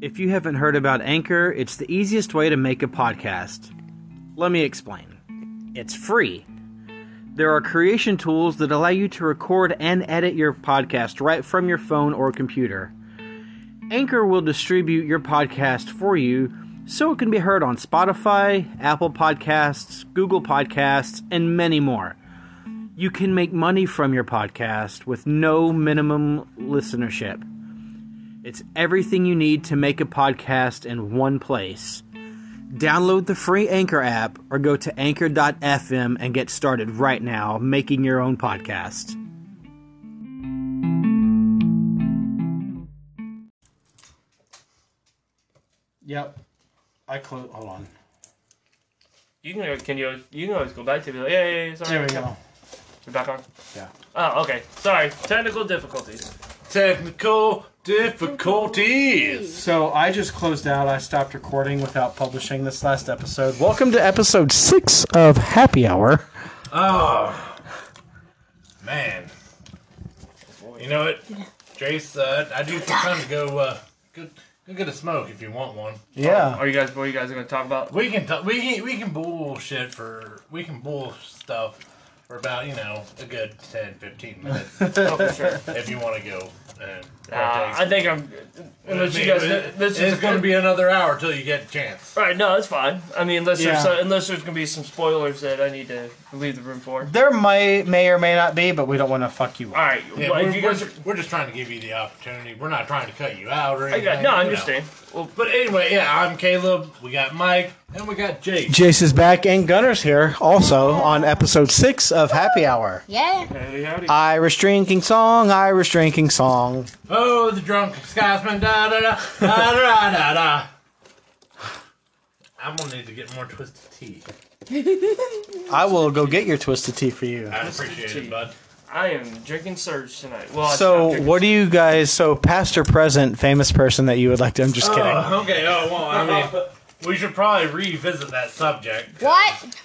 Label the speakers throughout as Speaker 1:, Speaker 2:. Speaker 1: If you haven't heard about Anchor, it's the easiest way to make a podcast. Let me explain. It's free. There are creation tools that allow you to record and edit your podcast right from your phone or computer. Anchor will distribute your podcast for you so it can be heard on Spotify, Apple Podcasts, Google Podcasts, and many more. You can make money from your podcast with no minimum listenership. It's everything you need to make a podcast in one place. Download the free Anchor app or go to anchor.fm and get started right now making your own podcast. Yep. I close. Hold on.
Speaker 2: You can can you you can always go back to it. be Like, yeah, yeah, yeah, sorry.
Speaker 1: There we
Speaker 2: Yeah.
Speaker 1: go.
Speaker 2: We're back on.
Speaker 1: Yeah.
Speaker 2: Oh, okay. Sorry. Technical difficulties.
Speaker 3: Technical difficulties.
Speaker 1: So I just closed out. I stopped recording without publishing this last episode. Welcome to episode six of Happy Hour.
Speaker 3: Oh, man. You know what, Jace? Uh, I do sometimes go uh, go, go get a smoke if you want one.
Speaker 1: Yeah.
Speaker 2: Are you guys what you guys are gonna talk about?
Speaker 3: We can t- we can, we can bullshit for we can bull stuff for about you know a good 10, 15 minutes
Speaker 2: Oh, for sure.
Speaker 3: if you want to go. And
Speaker 2: Uh, I think I'm. Unless you guys, this is
Speaker 3: it's going to be another hour till you get a chance.
Speaker 2: Right, no, that's fine. I mean, unless
Speaker 1: Yeah.
Speaker 2: there's so- unless there's gonna be some spoilers that I need to leave the room for.
Speaker 1: There may may or may not be, but we don't want to fuck you
Speaker 2: All
Speaker 1: up.
Speaker 2: right,
Speaker 3: Yeah,
Speaker 2: well,
Speaker 3: we're,
Speaker 2: if you
Speaker 3: we're
Speaker 2: guys,
Speaker 3: ju- we're just trying to give you the opportunity. We're not trying to cut you out or
Speaker 2: I
Speaker 3: anything.
Speaker 2: got no, I
Speaker 3: you know.
Speaker 2: understand. Well,
Speaker 3: But anyway, yeah, I'm Caleb. We got Mike, and we got Jake.
Speaker 1: Jace is back and Gunner's here also on episode six of Happy Hour.
Speaker 4: Yeah.
Speaker 2: howdy, howdy.
Speaker 1: Irish drinking song, Irish drinking song.
Speaker 3: Oh, the drunk Scotsman. Da da da da da da da. I'm gonna need to get more twisted tea.
Speaker 1: I will go get your twisted tea for you.
Speaker 3: I appreciate
Speaker 2: tea.
Speaker 3: it, bud.
Speaker 2: I am drinking Surge tonight. Well, I- I'm
Speaker 1: So,
Speaker 2: drinking-
Speaker 1: what do you guys? So, past or present, famous person that you would like to? I'm just kidding.
Speaker 3: Oh, okay. Oh well, I mean, we should probably revisit that subject.
Speaker 4: What?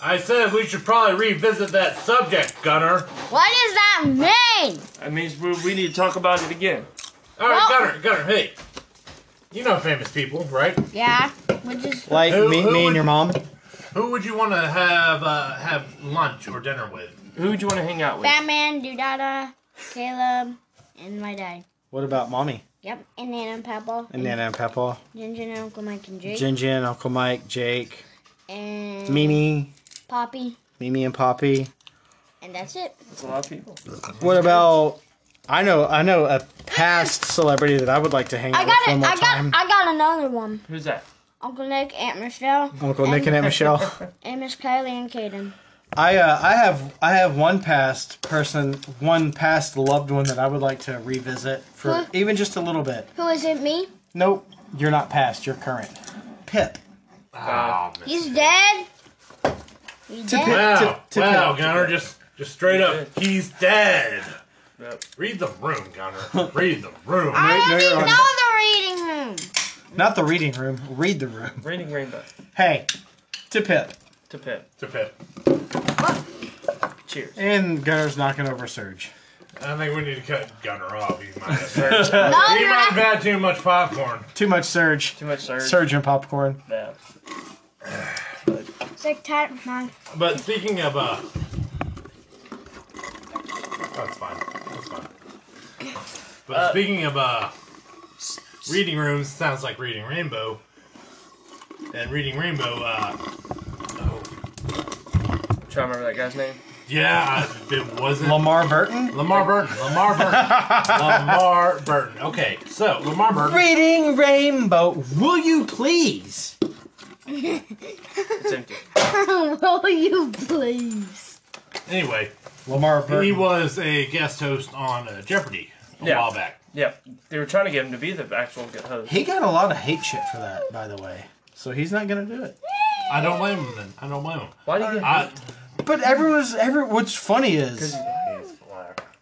Speaker 3: I said we should probably revisit that subject, Gunner.
Speaker 4: What does that mean?
Speaker 2: That means we, we need to talk about it again.
Speaker 3: All right,
Speaker 4: Well-
Speaker 3: Gunner, Gunner. Hey, you know famous people, right?
Speaker 4: Yeah. Which is
Speaker 1: Like
Speaker 3: Who-
Speaker 1: me,
Speaker 3: who
Speaker 1: me and
Speaker 3: would-
Speaker 1: your mom.
Speaker 3: Who would you want to have uh, have lunch or dinner with?
Speaker 2: Who would you want to hang out with?
Speaker 4: Batman, Dudada, Caleb, and my dad.
Speaker 1: What about mommy
Speaker 4: Yep. And Nana and Papa.
Speaker 1: and Nana and Papa,
Speaker 4: Ginger and Uncle Mike and Jake.
Speaker 1: Ginger and Uncle Mike, Jake,
Speaker 4: and
Speaker 1: Mimi,
Speaker 4: Poppy.
Speaker 1: Mimi and Poppy.
Speaker 4: And that's it.
Speaker 2: That's a lot of people.
Speaker 1: What about? I know, I know a past celebrity that I would like to hang out
Speaker 4: I got
Speaker 1: with one
Speaker 4: it.
Speaker 1: more
Speaker 4: I
Speaker 1: time.
Speaker 4: got. I got another one.
Speaker 2: Who's that?
Speaker 4: Uncle Nick, Aunt Michelle,
Speaker 1: Uncle Nick and Aunt Michelle.
Speaker 4: and Miss Kylie and Kaden.
Speaker 1: I uh, I have I have one past person, one past loved one that I would like to revisit for
Speaker 4: Huh?
Speaker 1: even just a little bit.
Speaker 4: Who is it? Me.
Speaker 1: Nope, you're not past. You're current. Pip.
Speaker 3: Oh, man.
Speaker 4: He's dead. He's
Speaker 1: To
Speaker 4: dead.
Speaker 1: pick-
Speaker 3: Wow,
Speaker 1: to- to
Speaker 3: wow,
Speaker 1: pick.
Speaker 3: Gunner, just just straight up, he's dead.
Speaker 2: Yep.
Speaker 3: Read the room, Gunner. Read the room.
Speaker 4: I
Speaker 1: No,
Speaker 4: already
Speaker 1: you're on.
Speaker 4: know the reading room.
Speaker 1: Not the reading room. Read the room.
Speaker 2: Raining Rainbow
Speaker 1: Hey, to Pip.
Speaker 2: to Pip.
Speaker 3: To Pip.
Speaker 2: Cheers.
Speaker 1: And Gunner's knocking over Surge.
Speaker 3: I think we need to cut Gunner off. He might have, he
Speaker 4: No,
Speaker 3: might
Speaker 4: you're
Speaker 3: have
Speaker 4: not.
Speaker 3: had too much popcorn.
Speaker 1: Too much Surge.
Speaker 2: Too much Surge.
Speaker 1: Surge and popcorn.
Speaker 2: Yeah.
Speaker 4: It's like time. Mom.
Speaker 3: But speaking of, uh, that's fine. That's fine. But speaking of, uh, reading rooms sounds like reading Rainbow. And reading Rainbow, uh,
Speaker 2: I'm
Speaker 3: oh,
Speaker 2: trying to remember that guy's name.
Speaker 3: yeah, it wasn't
Speaker 1: Lamar Burton.
Speaker 3: Lamar Burton. Lamar Burton. Lamar Burton. Okay, so Lamar Burton.
Speaker 1: Reading Rainbow. Will you please?
Speaker 2: It's empty.
Speaker 4: Will you please?
Speaker 3: Anyway,
Speaker 1: Lamar
Speaker 3: he
Speaker 1: Burton.
Speaker 3: was a guest host on uh, Jeopardy a
Speaker 2: Yeah.
Speaker 3: while back.
Speaker 2: Yeah, they were trying to get him to be the actual good host.
Speaker 1: He got a lot of hate shit for that, by the way. So he's not gonna do it.
Speaker 3: I don't blame him. Then I don't blame him.
Speaker 2: Why do you? Get,
Speaker 3: I,
Speaker 1: But everyone's every. What's funny is.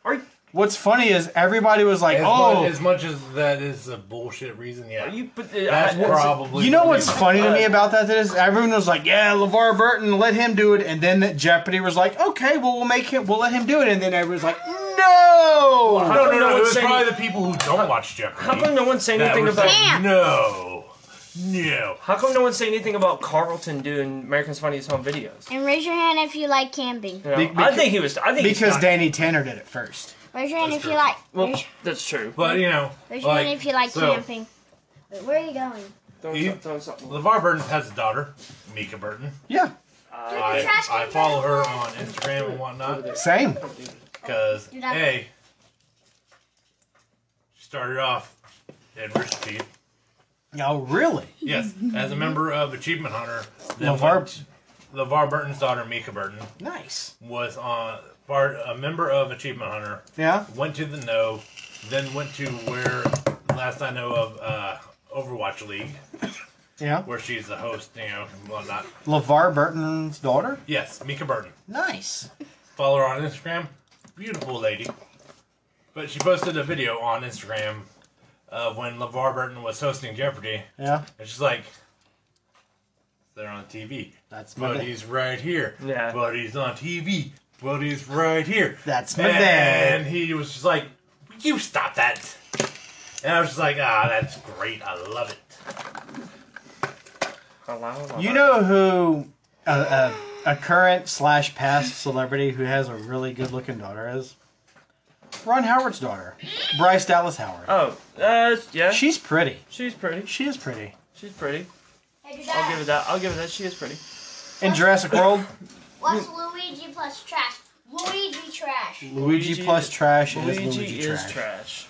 Speaker 2: are,
Speaker 1: What's funny is everybody was like,
Speaker 3: as,
Speaker 1: oh.
Speaker 3: much, as much as that is a bullshit reason, yeah,
Speaker 2: are you? But
Speaker 3: that's
Speaker 2: I- I-
Speaker 3: probably.
Speaker 1: you know
Speaker 3: the
Speaker 1: what's
Speaker 3: reason.
Speaker 1: funny to me about that is everyone was like, "Yeah, LeVar Burton, let him do it," and then Jeopardy was like, "Okay, well we'll make him, we'll let him do it," and then everyone's like, mm,
Speaker 5: No!
Speaker 2: How
Speaker 3: No,
Speaker 2: come
Speaker 3: no, no. It
Speaker 2: one's
Speaker 3: was
Speaker 2: saying-
Speaker 3: probably the people who don't watch Jeopardy.
Speaker 2: How come no one say
Speaker 3: that
Speaker 2: anything
Speaker 3: were
Speaker 2: about?
Speaker 3: saying,
Speaker 4: Damn.
Speaker 3: No, no.
Speaker 2: How come no one say anything about Carlton doing American's Funniest Home Videos?
Speaker 4: And raise your hand if you like camping.
Speaker 2: You know,
Speaker 1: Be-
Speaker 2: I
Speaker 1: beca-
Speaker 2: think he was. I think he's
Speaker 1: Because
Speaker 2: not-
Speaker 1: Danny Tanner did it first.
Speaker 4: Raise your hand
Speaker 3: That's
Speaker 4: if you
Speaker 3: true.
Speaker 4: like.
Speaker 2: Well,
Speaker 4: raise,
Speaker 2: that's true.
Speaker 3: But you know,
Speaker 4: raise your
Speaker 3: like,
Speaker 4: hand if you like
Speaker 3: so-
Speaker 4: camping. Wait, where are you going?
Speaker 2: Throw
Speaker 3: You-
Speaker 2: some- throw something.
Speaker 3: LeVar Burton has a daughter, Mika Burton.
Speaker 1: Yeah,
Speaker 3: I, I follow her on Instagram and whatnot
Speaker 1: same.
Speaker 3: because
Speaker 4: You're not-
Speaker 3: hey, she started off in Richfield.
Speaker 1: Oh, really?
Speaker 3: Yes, as a member of Achievement Hunter. then
Speaker 1: LeVar,
Speaker 3: went- LeVar Burton's daughter, Mika Burton,
Speaker 1: nice.
Speaker 3: was on part a member of Achievement Hunter.
Speaker 1: Yeah,
Speaker 3: went to the no, then went to where last I know of uh, Overwatch League,
Speaker 1: yeah.
Speaker 3: where she's the host, you know, and whatnot.
Speaker 1: LeVar Burton's daughter?
Speaker 3: Yes, Mika Burton.
Speaker 1: Nice.
Speaker 3: Follow her on Instagram. Beautiful lady. But she posted a video on Instagram of when LeVar Burton was hosting Jeopardy,
Speaker 1: Yeah,
Speaker 3: and she's like, "They're on TV,
Speaker 1: that's my
Speaker 3: but
Speaker 1: day.
Speaker 3: he's right here.
Speaker 2: Yeah.
Speaker 3: but he's on TV, but he's right here."
Speaker 1: That's my
Speaker 3: And
Speaker 1: day.
Speaker 3: he was just like, "Will "You stop that!" And I was just like, "Ah, that's great. I love it."
Speaker 1: You know who a, a, a current slash past celebrity who has a really good looking daughter is? Ron Howard's daughter, Bryce Dallas Howard.
Speaker 2: Oh, uh, yeah.
Speaker 1: She's pretty.
Speaker 2: she's pretty.
Speaker 1: She is pretty.
Speaker 2: She's pretty.
Speaker 4: Hey,
Speaker 2: I'll give it that. I'll give it that. She is pretty.
Speaker 1: In Jurassic World,
Speaker 4: What's Luigi plus trash? Luigi trash.
Speaker 1: Luigi,
Speaker 2: Luigi-
Speaker 1: plus trash is
Speaker 2: Luigi,
Speaker 1: Luigi,
Speaker 2: is
Speaker 1: trash.
Speaker 2: trash.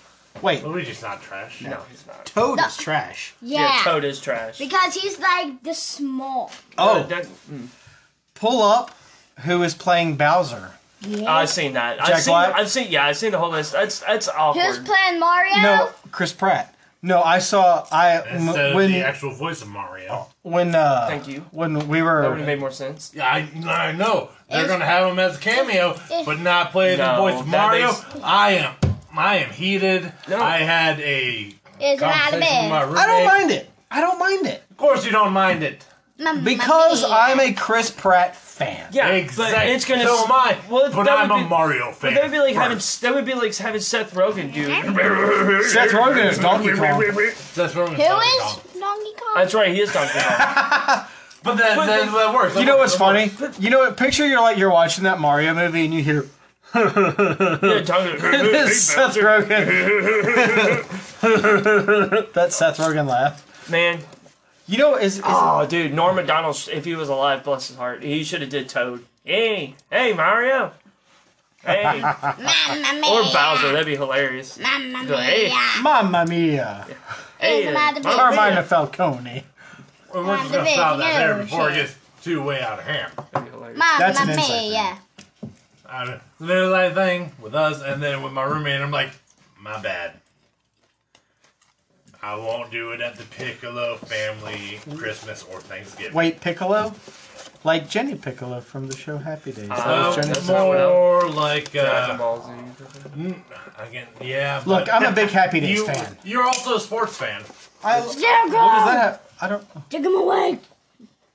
Speaker 1: Wait,
Speaker 3: Luigi's not trash.
Speaker 2: No, he's not.
Speaker 1: Toad
Speaker 4: No.
Speaker 1: is trash.
Speaker 4: Yeah.
Speaker 2: Toad is trash.
Speaker 4: because he's like the small.
Speaker 2: Uh,
Speaker 1: Oh,
Speaker 2: that- mm.
Speaker 1: pull up. Who is playing Bowser?
Speaker 2: I've seen that. I've
Speaker 1: Jack
Speaker 2: seen.
Speaker 1: Black?
Speaker 2: I've seen. Yeah, I've seen the whole list. That's that's
Speaker 4: Who's
Speaker 2: awkward.
Speaker 4: playing Mario?
Speaker 1: No, Chris Pratt. No, I saw I m-
Speaker 3: Instead of the
Speaker 1: when
Speaker 3: actual voice of Mario.
Speaker 1: when uh
Speaker 2: Thank you.
Speaker 1: when we
Speaker 2: that would have
Speaker 1: were
Speaker 2: made more sense.
Speaker 3: Yeah, I, I know they're
Speaker 4: If-
Speaker 3: gonna have him as a cameo,
Speaker 4: if-
Speaker 3: but not play the
Speaker 2: No,
Speaker 3: voice of
Speaker 2: that
Speaker 3: Mario.
Speaker 2: makes-
Speaker 3: I am, I am heated.
Speaker 2: No.
Speaker 3: I had a
Speaker 4: Is out of
Speaker 3: conversation with my
Speaker 4: bed.
Speaker 3: roommate.
Speaker 1: I don't mind it. I don't mind it
Speaker 3: Of course, you don't mind it.
Speaker 4: Mamma
Speaker 1: because
Speaker 4: mia.
Speaker 1: I'm a Chris Pratt fan.
Speaker 2: Yeah, but
Speaker 3: exactly.
Speaker 2: it's gonna.
Speaker 3: So
Speaker 2: s-
Speaker 3: am I.
Speaker 2: Well,
Speaker 3: but
Speaker 2: that
Speaker 3: I'm
Speaker 2: would
Speaker 3: a
Speaker 2: be-
Speaker 3: Mario fan.
Speaker 2: But that would be like having.
Speaker 3: first.
Speaker 2: That would be like having Seth Rogen do.
Speaker 1: Seth Rogen is Donkey Kong.
Speaker 3: That's what I'm talking
Speaker 4: Who is
Speaker 3: about.
Speaker 4: Donkey Kong?
Speaker 2: That's right. He is Donkey Kong.
Speaker 3: But that,
Speaker 2: But
Speaker 3: that,
Speaker 2: the-
Speaker 3: that works.
Speaker 1: You
Speaker 3: That
Speaker 1: know what's
Speaker 3: works. That
Speaker 1: funny?
Speaker 3: works.
Speaker 1: You know what? Picture you're like you're watching that Mario movie and you hear
Speaker 2: Yeah, Donkey-
Speaker 1: Seth Rogen. that Seth Rogen laugh.
Speaker 2: Man,
Speaker 1: You know is, is
Speaker 2: oh dude, Norm Macdonald. If he was alive, bless his heart, he should have did Toad. Hey, hey Mario. Hey,
Speaker 4: Mamma mia.
Speaker 2: or Bowser. That'd be hilarious.
Speaker 4: Mamma
Speaker 2: Go, hey.
Speaker 4: mia.
Speaker 1: Mamma Mia,
Speaker 2: Hey,
Speaker 4: Isn't that the
Speaker 2: Mamma
Speaker 4: best?
Speaker 2: Mia.
Speaker 1: Carmine Falcone.
Speaker 3: Well, We're just
Speaker 4: the
Speaker 3: gonna stop that
Speaker 4: big
Speaker 3: there
Speaker 4: news,
Speaker 3: before it
Speaker 4: yeah.
Speaker 3: gets too way out of hand.
Speaker 2: That'd be hilarious.
Speaker 1: That's an
Speaker 4: Mamma
Speaker 1: inside thing.
Speaker 4: mia.
Speaker 3: I mean, little that thing with us, and then with my roommate, I'm like, my bad. I won't do it at the Piccolo family Christmas or Thanksgiving.
Speaker 1: Wait, Piccolo? Like Jenny Piccolo from the show Happy Days. That
Speaker 2: Uh,
Speaker 1: was
Speaker 3: So
Speaker 1: Jenny
Speaker 2: that's
Speaker 1: Piccolo.
Speaker 2: not what I-
Speaker 3: more like
Speaker 2: Dragon
Speaker 3: uh,
Speaker 2: Ball Z.
Speaker 3: again, yeah.
Speaker 1: Look,
Speaker 3: but
Speaker 1: I'm a big Happy Days
Speaker 3: you,
Speaker 1: fan.
Speaker 3: You're also a sports fan.
Speaker 1: I, what does
Speaker 4: Zero
Speaker 1: that have? I don't.
Speaker 4: Take him away.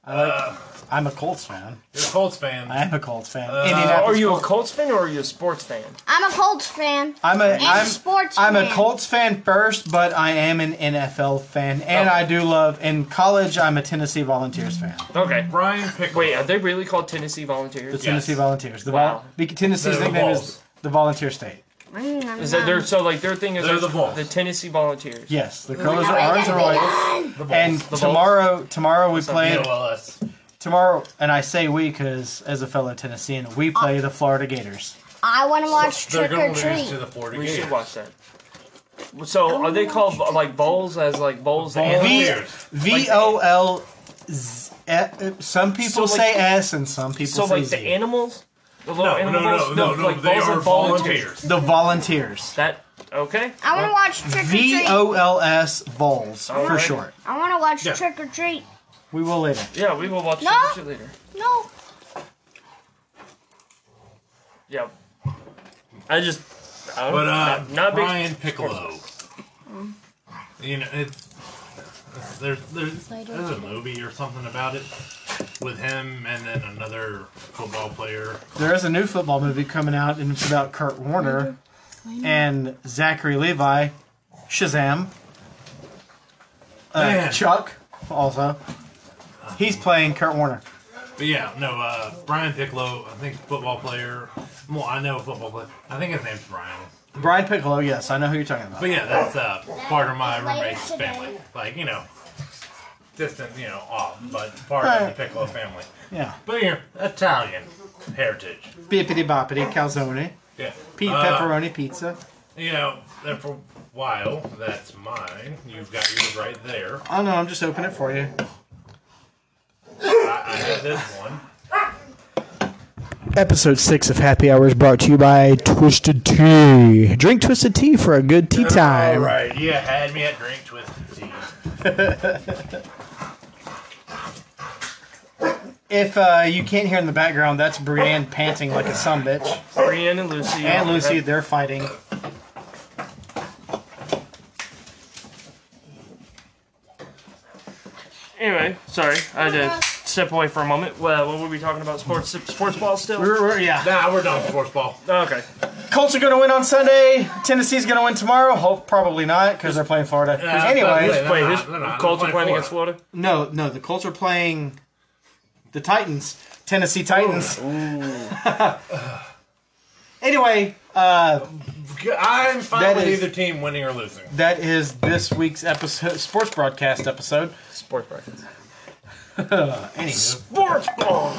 Speaker 1: I like, I'm a Colts fan.
Speaker 3: Uh, You're a Colts fan.
Speaker 1: Uh, I am a Colts fan.
Speaker 3: Uh,
Speaker 2: Are
Speaker 1: Indianapolis.
Speaker 2: you a Colts fan or are you a sports fan?
Speaker 4: I'm a Colts fan.
Speaker 1: I'm a
Speaker 4: And
Speaker 1: I'm,
Speaker 4: sports
Speaker 1: I'm a
Speaker 4: fan.
Speaker 1: Colts fan first, but I am an NFL fan, and
Speaker 2: Okay.
Speaker 1: I do love. In college, I'm a Tennessee Volunteers fan.
Speaker 2: Okay.
Speaker 3: Brian Piccolo.
Speaker 2: Wait, are they really called Tennessee
Speaker 1: The
Speaker 2: Volunteers?
Speaker 1: Tennessee Volunteers. The
Speaker 2: Wow.
Speaker 1: vol- the- Tennessee's
Speaker 3: They're the
Speaker 1: nickname is
Speaker 3: Vols.
Speaker 1: the Volunteer State.
Speaker 4: Mm,
Speaker 2: Is that their so like their thing is
Speaker 3: They're the Vols.
Speaker 2: the Tennessee Volunteers?
Speaker 1: Yes, the colors
Speaker 4: Now
Speaker 1: are
Speaker 4: we
Speaker 1: orange and
Speaker 4: gotta be
Speaker 1: white.
Speaker 4: done.
Speaker 3: the Bulls.
Speaker 1: And
Speaker 2: Vols.
Speaker 1: tomorrow, tomorrow we play
Speaker 3: BOLS.
Speaker 1: tomorrow, and I say we because as a fellow Tennessean,
Speaker 4: Uh,
Speaker 1: we play the Florida Gators.
Speaker 4: I want to watch
Speaker 3: They're
Speaker 4: Trick
Speaker 3: going
Speaker 4: or
Speaker 3: to lose to
Speaker 4: Treat.
Speaker 3: the Florida
Speaker 2: We
Speaker 3: Gators.
Speaker 2: should watch that. So are they called like bowls as like bowls?
Speaker 1: V
Speaker 3: Volunteers.
Speaker 1: V O L. Z- eh, eh, Some people
Speaker 2: So, like,
Speaker 1: say S and some people
Speaker 2: So
Speaker 1: say
Speaker 2: like the
Speaker 1: Z.
Speaker 2: animals? The little
Speaker 3: No, no, no,
Speaker 2: animals?
Speaker 3: no, no,
Speaker 2: like
Speaker 3: They
Speaker 2: bowls
Speaker 3: are
Speaker 2: are volunteers.
Speaker 3: volunteers.
Speaker 1: the volunteers.
Speaker 2: That okay?
Speaker 4: I want to watch Trick or
Speaker 1: V
Speaker 4: Treat.
Speaker 1: O L S Vols for
Speaker 2: Alright.
Speaker 1: short.
Speaker 4: I want to watch
Speaker 3: Yeah.
Speaker 4: Trick or Treat.
Speaker 1: We will later.
Speaker 2: Yeah, we will watch
Speaker 4: No.
Speaker 2: that shit later.
Speaker 4: No.
Speaker 2: Yeah. I just I don't
Speaker 3: But
Speaker 2: know.
Speaker 3: uh,
Speaker 2: not, not big-
Speaker 3: Brian Piccolo. You know, it's there's there's, there's a movie or something about it with him and then another football player.
Speaker 1: There is a new football movie coming out, and it's about Kurt Warner. and Zachary Levi, Shazam, uh,
Speaker 3: Man.
Speaker 1: Chuck, also. He's playing Kurt Warner.
Speaker 3: But yeah, no, uh, Brian Piccolo, I think football player. Well, I know football player. I think his name's Brian.
Speaker 1: Brian Piccolo, yes, I know who you're talking about.
Speaker 3: But yeah, that's uh, part of my
Speaker 4: That is later
Speaker 3: roommate's
Speaker 4: today.
Speaker 3: family. Like, you know, distant, you know, off, but part
Speaker 1: Right.
Speaker 3: of the Piccolo family.
Speaker 1: Yeah.
Speaker 3: But yeah, Italian heritage.
Speaker 1: Bippity boppity calzone.
Speaker 3: Yeah.
Speaker 1: Pete
Speaker 3: Uh,
Speaker 1: pepperoni pizza.
Speaker 3: You know, there for a while, that's mine. You've got yours right there.
Speaker 1: Oh no, I'm just opening it for you.
Speaker 3: I, I have this one.
Speaker 5: Episode 6 of Happy Hour is brought to you by Twisted Tea. Drink Twisted Tea for a good tea
Speaker 3: All
Speaker 5: time.
Speaker 3: right, you had me at drink twisted tea.
Speaker 1: If uh, you can't hear in the background, that's Brienne panting like a sumbitch.
Speaker 2: Brienne and Lucy.
Speaker 1: And Lucy, they're fighting.
Speaker 2: Anyway, sorry, I had to step away for a moment. Well, what were we talking about? Sports, sports ball still? Oh,
Speaker 1: We're- we're- yeah.
Speaker 3: Nah, we're done with sports ball.
Speaker 2: Okay.
Speaker 1: Colts are going to win on Sunday. Tennessee's going to win tomorrow. Hope probably not because they're playing Florida.
Speaker 3: Yeah,
Speaker 1: anyway,
Speaker 3: They're
Speaker 2: Wait,
Speaker 3: not,
Speaker 2: who's
Speaker 3: they're not.
Speaker 2: Colts are
Speaker 3: They're
Speaker 2: playing
Speaker 3: playing
Speaker 2: against Florida?
Speaker 1: no, no, the Colts are playing the Titans, Tennessee Titans. anyway, uh,
Speaker 3: I'm fine
Speaker 1: That
Speaker 3: with
Speaker 1: is-
Speaker 3: either team winning or losing.
Speaker 1: that is this week's episode, sports broadcast episode.
Speaker 2: Sports brackets.
Speaker 1: Anywho,
Speaker 2: Sports ball!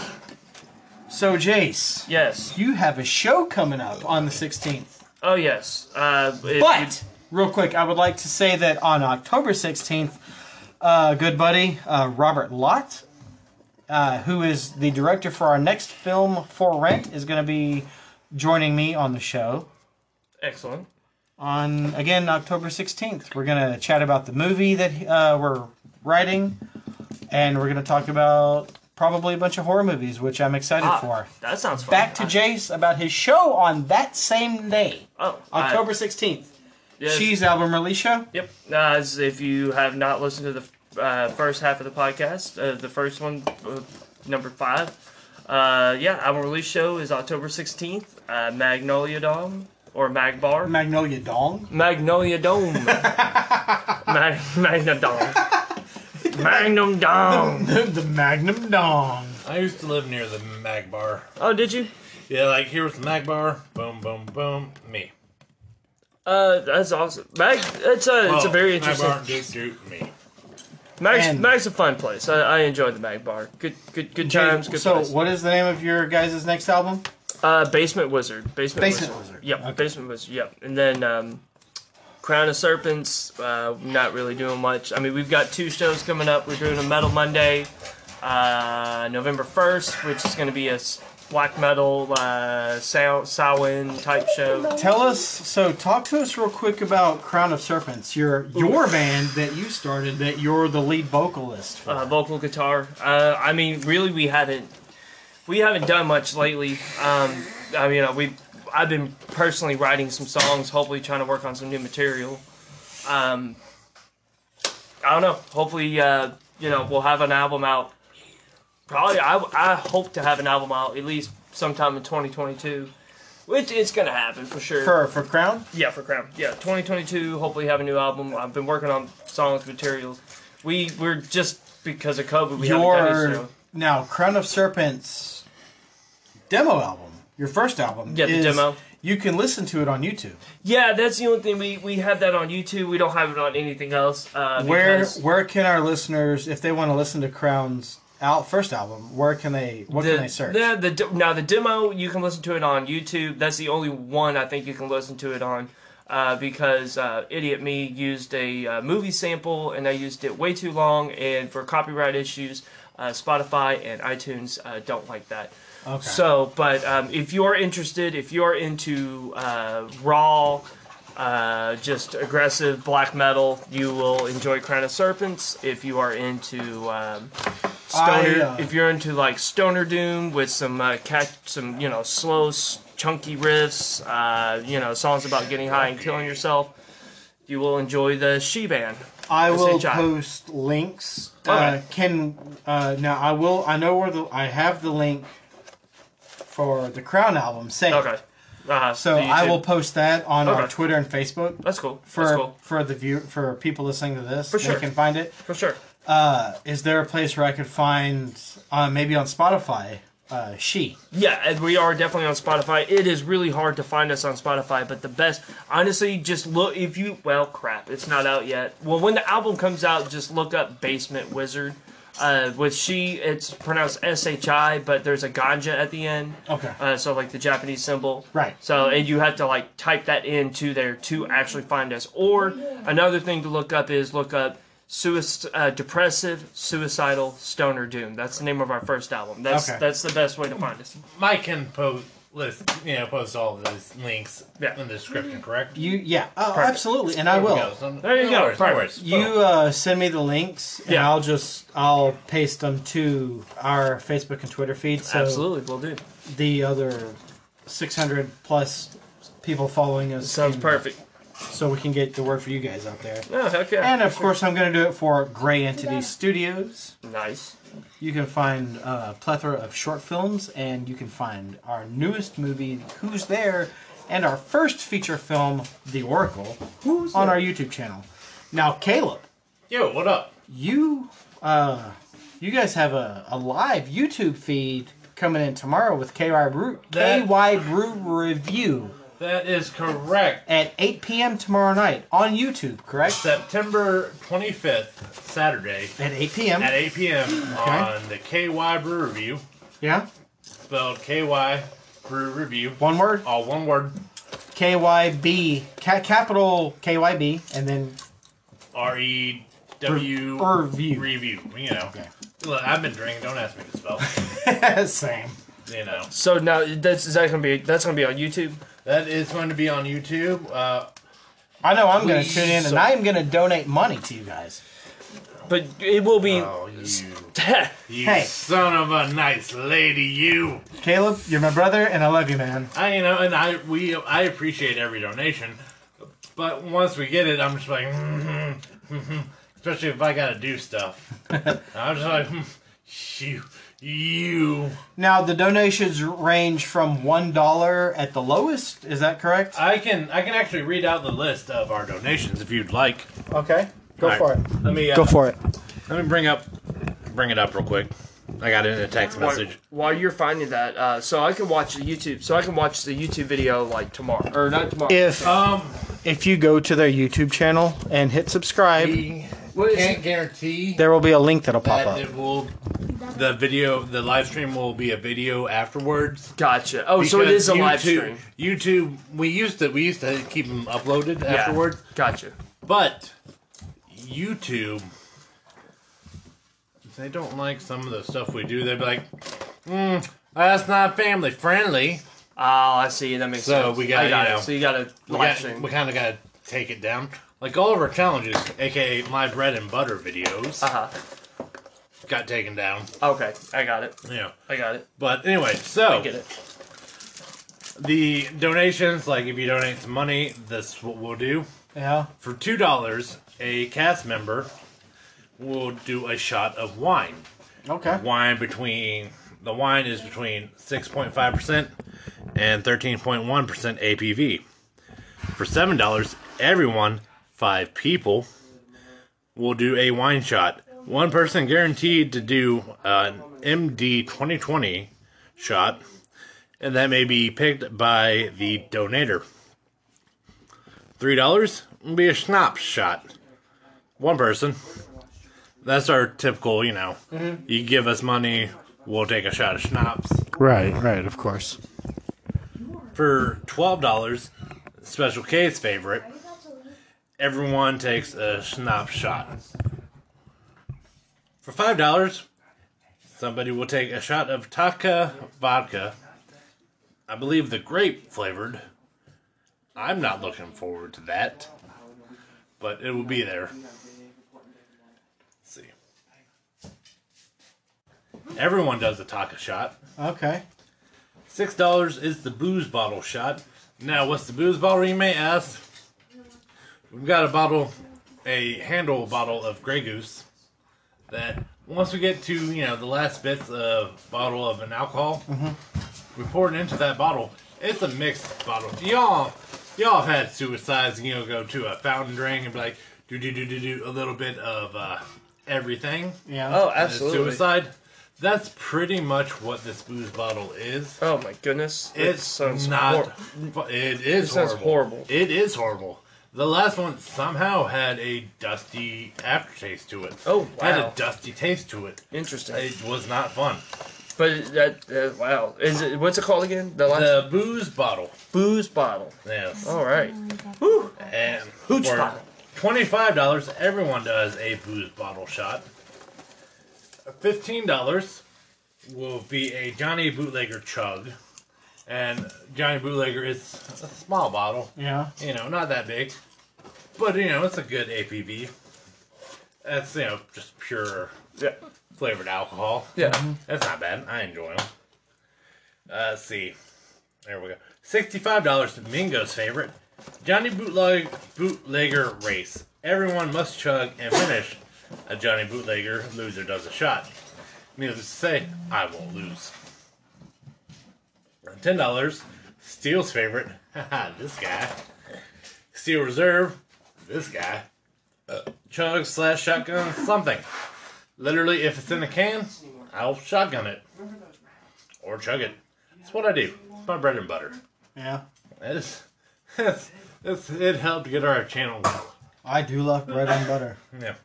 Speaker 1: so Jace,
Speaker 2: Yes.
Speaker 1: you have a show coming up on the 16th.
Speaker 2: Oh, yes. Uh, if you-
Speaker 1: But real quick, I would like to say that on October 16th, uh, good buddy uh, Robert Lott, uh, who is the director for our next film for Rent, is going to be joining me on the show
Speaker 2: Excellent.
Speaker 1: on again October 16th. We're going to chat about the movie that uh, we're writing, and we're going to talk about probably a bunch of horror movies, which I'm excited
Speaker 2: Ah,
Speaker 1: for.
Speaker 2: that sounds fun. Uh,
Speaker 1: Back to
Speaker 2: I-
Speaker 1: Jace about his show on that same day,
Speaker 2: Oh, I-
Speaker 1: October 16th.
Speaker 2: yes.
Speaker 1: She's album release show.
Speaker 2: Yep. As if you have not listened to the uh, first half of the podcast, uh, the first one, uh, number five, uh, yeah, our release show is October 16th, uh, Magnolia Dome or Magbar.
Speaker 1: Magnolia Dong.
Speaker 2: Magnolia Dome. Mag- Magna Dome. Magnum Dome.
Speaker 1: the Magnum Dong.
Speaker 3: I used to live near the mag bar.
Speaker 2: Oh, did you?
Speaker 3: Yeah, like here was the mag bar. Boom, boom, boom. Me.
Speaker 2: Uh, that's awesome. Mag, it's a it's a
Speaker 3: Oh,
Speaker 2: very
Speaker 3: mag
Speaker 2: interesting.
Speaker 3: bar, doot, doot, me.
Speaker 2: Mag's,
Speaker 1: And-
Speaker 2: Mag's a fun place. I, I enjoyed the Mag Bar. Good good good times. Good
Speaker 1: so,
Speaker 2: place.
Speaker 1: what is the name of your guys' next album?
Speaker 2: Uh, Basement Wizard. Basement,
Speaker 1: Basement
Speaker 2: Wizard.
Speaker 1: Wizard,
Speaker 2: Yep. Basement Wizard. Yep. And then um, Crown of Serpents. Uh, not really doing much. I mean, we've got two shows coming up. We're doing a Metal Monday, uh, November first, which is going to be a s- black metal uh, sound Samhain type show.
Speaker 1: Tell us. So, talk to us real quick about Crown of Serpents, your your band that you started, that you're the lead vocalist. For.
Speaker 2: Uh, vocal guitar. Uh, I mean, really, we haven't we haven't done much lately. Um, I mean, uh, we I've been personally writing some songs, hopefully trying to work on some new material. Um, I don't know. Hopefully, uh, you know, we'll have an album out. Probably, I, I hope to have an album out at least sometime in 2022, which is gonna happen for sure.
Speaker 1: for for Crown.
Speaker 2: Yeah, for Crown. Yeah, 2022. Hopefully, have a new album. I've been working on songs, materials. We we're just because of COVID, we haven't done
Speaker 1: your
Speaker 2: it. So.
Speaker 1: now Crown of Serpents demo album. Your first album.
Speaker 2: Yeah, the
Speaker 1: is-
Speaker 2: demo.
Speaker 1: You can listen to it on YouTube.
Speaker 2: Yeah, that's the only thing we we have that on YouTube. We don't have it on anything else. Uh,
Speaker 1: Where
Speaker 2: because
Speaker 1: where can our listeners, if they want to listen to Crown's out first album, where can they what
Speaker 2: the,
Speaker 1: can they search?
Speaker 2: The, the de- now the demo you can listen to it on YouTube. That's the only one I think you can listen to it on. Uh, because uh, idiot me used a uh, movie sample and they used it way too long and for copyright issues, uh, Spotify and iTunes uh, don't like that.
Speaker 1: okay.
Speaker 2: So, but um, if you're interested, if you're into uh, raw, uh, just aggressive black metal, you will enjoy Crown of Serpents. If you are into um, stoner,
Speaker 1: I, uh,
Speaker 2: if you're into like stoner doom with some uh, cat, some you know slow, s- chunky riffs, uh, you know songs about getting high and killing yourself, you will enjoy the She Band.
Speaker 1: I
Speaker 2: Let's
Speaker 1: will
Speaker 2: hit shot.
Speaker 1: post links. Uh,
Speaker 2: Okay.
Speaker 1: can uh, now I will I know where the I have the link for the Crown album saved.
Speaker 2: Okay. Uh,
Speaker 1: So
Speaker 2: the
Speaker 1: I
Speaker 2: YouTube.
Speaker 1: will post that on our
Speaker 2: Okay.
Speaker 1: Twitter and Facebook
Speaker 2: That's cool.
Speaker 1: for
Speaker 2: That's cool.
Speaker 1: for the view for people listening to this.
Speaker 2: For sure.
Speaker 1: They can find it.
Speaker 2: For sure.
Speaker 1: Uh, is there a place where I could find uh, maybe on Spotify? Uh, she.
Speaker 2: Yeah, and we are definitely on Spotify. It is really hard to find us on Spotify, but the best, honestly, just look if you. Well, crap, it's not out yet. Well, when the album comes out, just look up Basement Wizard. Uh, with she, it's pronounced S H I, but there's a ganja at the end.
Speaker 1: Okay.
Speaker 2: Uh, so like the Japanese symbol.
Speaker 1: Oh. Right.
Speaker 2: So and you have to like type that into there to actually find us. Or another thing to look up is look up suic- uh, depressive suicidal stoner doom. That's the name of our first album. That's
Speaker 1: Okay.
Speaker 2: that's the best way to find us.
Speaker 3: Mike can post list, you know, post all of those links
Speaker 2: Yeah.
Speaker 3: in the description, correct?
Speaker 1: You. Yeah. Oh,
Speaker 2: Perfect.
Speaker 1: absolutely. And I
Speaker 3: There we
Speaker 1: will.
Speaker 3: go. So-
Speaker 2: There you
Speaker 3: no
Speaker 2: go.
Speaker 3: worries, no
Speaker 2: Perfect.
Speaker 3: worries.
Speaker 1: You uh, send me the links, and
Speaker 2: Yeah.
Speaker 1: I'll just I'll paste them to our Facebook and Twitter feed. So
Speaker 2: Absolutely, will do.
Speaker 1: the other 600 plus people following us
Speaker 2: Sounds
Speaker 1: can-
Speaker 2: perfect.
Speaker 1: so we can get the word for you guys out there.
Speaker 2: Oh, heck yeah.
Speaker 1: And of course, I'm going to do it for Gray Entity Studios.
Speaker 2: nice.
Speaker 1: You can find a plethora of short films, and you can find our newest movie, Who's There, and our first feature film, The Oracle,
Speaker 2: Who's
Speaker 1: on our YouTube channel. Now, Caleb,
Speaker 3: Yo, what up?
Speaker 1: you uh, you guys have a, a live YouTube feed coming in tomorrow with KY Brew,
Speaker 3: That-
Speaker 1: KY Brew Review
Speaker 3: That is correct.
Speaker 1: at 8 p.m. tomorrow night on YouTube, correct?
Speaker 3: September 25th, Saturday,
Speaker 1: At 8 p.m.
Speaker 3: at 8 p.m. on the KY Brew Review,
Speaker 1: Yeah,
Speaker 3: spelled KY Brew Review,
Speaker 1: one word.
Speaker 3: all one word,
Speaker 1: KYB, ca- capital KYB, and then
Speaker 3: R E W
Speaker 1: Re- review.
Speaker 3: Review, you know.
Speaker 1: Okay.
Speaker 3: Look, I've been drinking, don't ask me to spell.
Speaker 1: same.
Speaker 3: you know.
Speaker 2: So now that's is that gonna be that's gonna be on YouTube.
Speaker 3: That is going to be on YouTube. Uh,
Speaker 1: I know I'm going to
Speaker 3: Please,
Speaker 1: tune in, and
Speaker 3: sir.
Speaker 1: I am going to donate money to you guys.
Speaker 2: But it will be
Speaker 3: oh, you, you
Speaker 1: Hey.
Speaker 3: son of a nice lady, you.
Speaker 1: Caleb, you're my brother, and I love you, man.
Speaker 3: I you know, and I we I appreciate every donation, but once we get it, I'm just like, mm-hmm, hmm especially if I gotta do stuff. I'm just like, hmm, you, you.
Speaker 1: Now the donations range from one dollar at the lowest. Is that correct?
Speaker 3: I can I can actually read out the list of our donations if you'd like.
Speaker 1: Uh, Okay, go
Speaker 3: All
Speaker 1: for
Speaker 3: right.
Speaker 1: it.
Speaker 3: Let me uh,
Speaker 1: Go for it.
Speaker 3: Let me bring up bring it up real quick. I got it in a text
Speaker 2: while,
Speaker 3: message.
Speaker 2: while you're finding that, uh, so I can watch the YouTube. So I can watch the YouTube video like tomorrow or not tomorrow.
Speaker 1: If
Speaker 3: Um,
Speaker 1: if you go to their YouTube channel and hit subscribe,
Speaker 3: we
Speaker 2: What is-
Speaker 3: can't guarantee
Speaker 1: there will be a link that'll pop
Speaker 3: that
Speaker 1: up.
Speaker 3: it will. The video, the live stream will be a video afterwards.
Speaker 2: gotcha. Oh, so it
Speaker 3: Because
Speaker 2: is a live stream.
Speaker 3: YouTube- YouTube, we used to we used to keep them uploaded afterwards,
Speaker 2: Gotcha.
Speaker 3: but YouTube, they don't like some of the stuff we do. They'd be like, mm, "That's not family friendly."
Speaker 2: Oh, I see. That makes
Speaker 3: So
Speaker 2: sense.
Speaker 3: we gotta,
Speaker 2: I got
Speaker 3: you
Speaker 2: it.
Speaker 3: know,
Speaker 2: so you got a
Speaker 3: We,
Speaker 2: live stream.
Speaker 3: kind of got to take it down. Like all of our challenges, aka my bread and butter videos,
Speaker 2: Uh
Speaker 3: got taken down.
Speaker 2: huh. Okay, I got it.
Speaker 3: Yeah,
Speaker 2: I got it.
Speaker 3: but anyway, so
Speaker 2: I get it.
Speaker 3: the donations, like if you donate some money, that's what we'll do.
Speaker 1: Yeah.
Speaker 3: For two dollars, a cast member will do a shot of wine.
Speaker 1: Okay.
Speaker 3: Wine between the wine is between six point five percent and thirteen point one percent APV. For seven dollars, everyone, five people, will do a wine shot. One person guaranteed to do an MD twenty twenty shot, and that may be picked by the donator. Three dollars will be a schnapps shot. One person. That's our typical, you know. You give us money, we'll take a shot of schnapps.
Speaker 1: Right. Right. Of course.
Speaker 3: For twelve dollars, special case favorite. Everyone takes a schnapps shot. For five dollars, somebody will take a shot of Taka vodka. I believe the grape flavored. I'm not looking forward to that, but it will be there. Let's see. Everyone does a Taka shot.
Speaker 1: Okay.
Speaker 3: Six dollars is the booze bottle shot. Now, what's the booze bottle? You may ask. We've got a bottle, a handle bottle of Grey Goose. That once we get to you know the last bits of bottle of an alcohol, we pour it into that bottle, It's a mixed bottle. Y'all, y'all have had suicides. and You'll go to a fountain drink and be like, do do do do do a little bit of uh, everything.
Speaker 1: Yeah.
Speaker 2: Oh,
Speaker 3: And it's
Speaker 2: absolutely.
Speaker 3: Suicide. That's pretty much what this booze bottle is.
Speaker 2: Oh my goodness. It
Speaker 3: It's
Speaker 2: sounds
Speaker 3: not.
Speaker 2: hor-
Speaker 3: fu- It is
Speaker 2: sounds
Speaker 3: horrible.
Speaker 2: horrible.
Speaker 3: It is horrible. The last one somehow had a dusty aftertaste to it.
Speaker 2: Oh,
Speaker 3: Had
Speaker 2: wow.
Speaker 3: a dusty taste to it.
Speaker 2: interesting.
Speaker 3: It was not fun.
Speaker 2: but that, that wow. Is it what's it called again? The last
Speaker 3: The booze bottle.
Speaker 2: booze bottle.
Speaker 3: Yes.
Speaker 2: All right.
Speaker 3: And
Speaker 2: Oh. Hooch
Speaker 3: for
Speaker 2: bottle.
Speaker 3: Twenty-five dollars. Everyone does a booze bottle shot. Fifteen dollars will be a Johnny Bootlegger chug, and Johnny Bootlegger is a small bottle.
Speaker 1: Yeah.
Speaker 3: You know, not that big, but you know it's a good APV. That's you know just pure
Speaker 2: Yeah.
Speaker 3: flavored alcohol.
Speaker 2: Yeah.
Speaker 3: That's not bad. I enjoy them. Uh, let's see. There we go. Sixty-five dollars. Mingo's favorite. Johnny Bootleg Bootlegger race. Everyone must chug and finish. A Johnny Bootlegger loser does a shot. Needless to say, I won't lose. Uh, Ten dollars. Steel's favorite. Haha, this guy. Steel Reserve. This guy. Uh, chug slash shotgun something. Literally, if it's in a can, I'll shotgun it or chug it. That's what I do. It's my bread and butter.
Speaker 1: Yeah.
Speaker 3: That is, that's, that's, it helped get our channel going.
Speaker 1: I do love bread and butter.
Speaker 3: Yeah.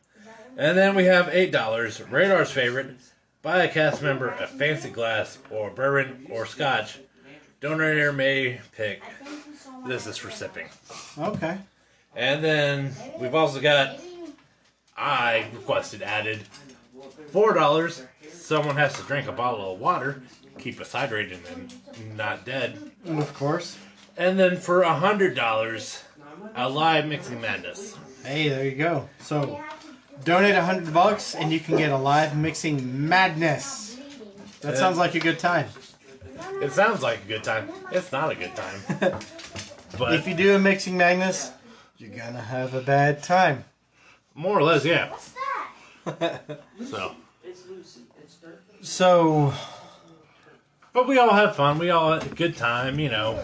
Speaker 3: And then we have eight dollars, Radar's favorite. Buy a cast member a fancy glass or bourbon or scotch. Donator may pick. This is for sipping.
Speaker 1: Okay.
Speaker 3: And then we've also got I requested added four dollars. Someone has to drink a bottle of water, keep us hydrated and not dead.
Speaker 1: Of course.
Speaker 3: And then for a hundred dollars, a live mixing madness.
Speaker 1: Hey, there you go. So, donate a hundred bucks and you can get a live mixing madness. That sounds like a good time.
Speaker 3: It sounds like a good time. It's not a good time. But
Speaker 1: If you do a mixing madness, you're gonna have a bad time.
Speaker 3: more or less, yeah. So
Speaker 1: So,
Speaker 3: but we all have fun, we all had a good time, you know.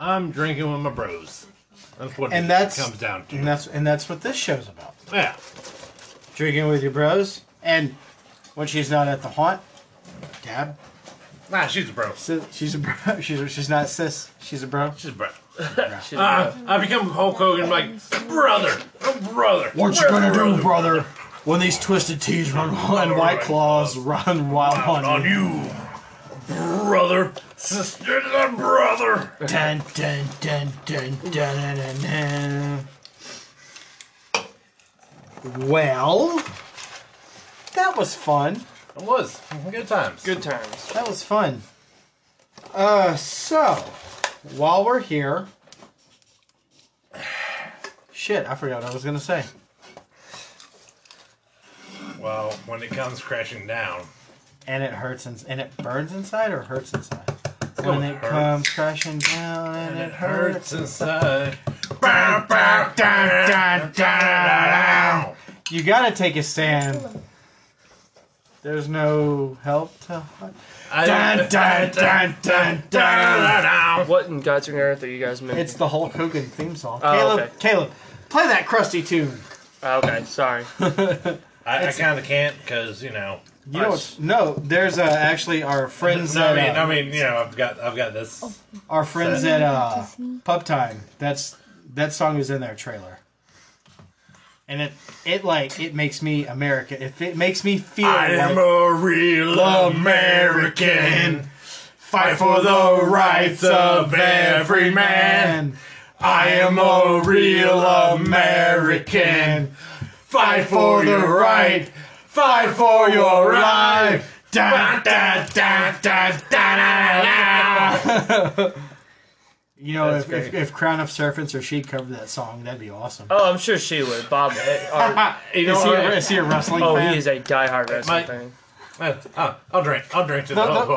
Speaker 3: I'm drinking with my bros. That's what
Speaker 1: And
Speaker 3: it
Speaker 1: that's-
Speaker 3: comes down to.
Speaker 1: and that's and that's what this show's about.
Speaker 3: Yeah.
Speaker 1: Drinking with your bros, and when she's not at the haunt, dab.
Speaker 3: Nah, she's a bro.
Speaker 1: Sis- She's a bro. She's a- she's not sis. She's a bro.
Speaker 3: She's a bro.
Speaker 2: Shit.
Speaker 3: Uh, I become Hulk Hogan, like, brother, brother.
Speaker 1: What you
Speaker 3: we're
Speaker 1: gonna do,
Speaker 3: brothers
Speaker 1: brother? When these twisted teas run and white claws run wild
Speaker 3: On
Speaker 1: on you.
Speaker 3: you, brother, sister to the brother.
Speaker 1: Dun, dun, dun, dun, dun, dun, dun, dun. Well, that was fun.
Speaker 3: It was good times.
Speaker 2: Good times.
Speaker 1: That was fun. Uh, so while we're here, shit, I forgot what I was gonna say.
Speaker 3: Well, when it comes crashing down,
Speaker 1: And it hurts and and it burns inside or hurts inside.
Speaker 3: go
Speaker 1: When
Speaker 3: with
Speaker 1: it
Speaker 3: hurts.
Speaker 1: comes crashing down and,
Speaker 3: and
Speaker 1: it hurts.
Speaker 3: inside.
Speaker 1: You gotta take a stand. There's no help to. hide. Dun, dun, dun, dun, dun.
Speaker 2: What in God's green earth are you guys meant?
Speaker 1: It's the Hulk Hogan theme song.
Speaker 2: Oh,
Speaker 1: Caleb,
Speaker 2: okay.
Speaker 1: Caleb, play that crusty tune.
Speaker 2: Ah, okay, sorry.
Speaker 3: I, I kind of can't because you know.
Speaker 1: You know, what's- no, there's uh, actually our friends
Speaker 3: I
Speaker 1: at
Speaker 3: mean,
Speaker 1: uh,
Speaker 3: I mean, you know, I've got, I've got this.
Speaker 1: our friends at uh, Pub Time. That's that song is in their trailer, and it it like it makes me America. If it makes me feel
Speaker 3: I
Speaker 1: like,
Speaker 3: am a real American. Fight for the rights of every man. I am a real American. Fight for your right. Fight for your life. Da, da, da, da, da, da, da, da.
Speaker 1: You know,
Speaker 2: That's
Speaker 1: if, if,
Speaker 2: great.
Speaker 1: if Crown of Serpents or she covered that song, that'd be awesome.
Speaker 2: Oh, I'm sure she would. Bob. eh, or-
Speaker 3: You know
Speaker 1: is, he a,
Speaker 3: what?
Speaker 1: is he a wrestling
Speaker 2: oh,
Speaker 1: fan?
Speaker 2: he is a diehard wrestling
Speaker 3: Mike.
Speaker 2: fan.
Speaker 3: Uh, I'll drink. I'll drink to the
Speaker 1: No, no.
Speaker 3: Hulk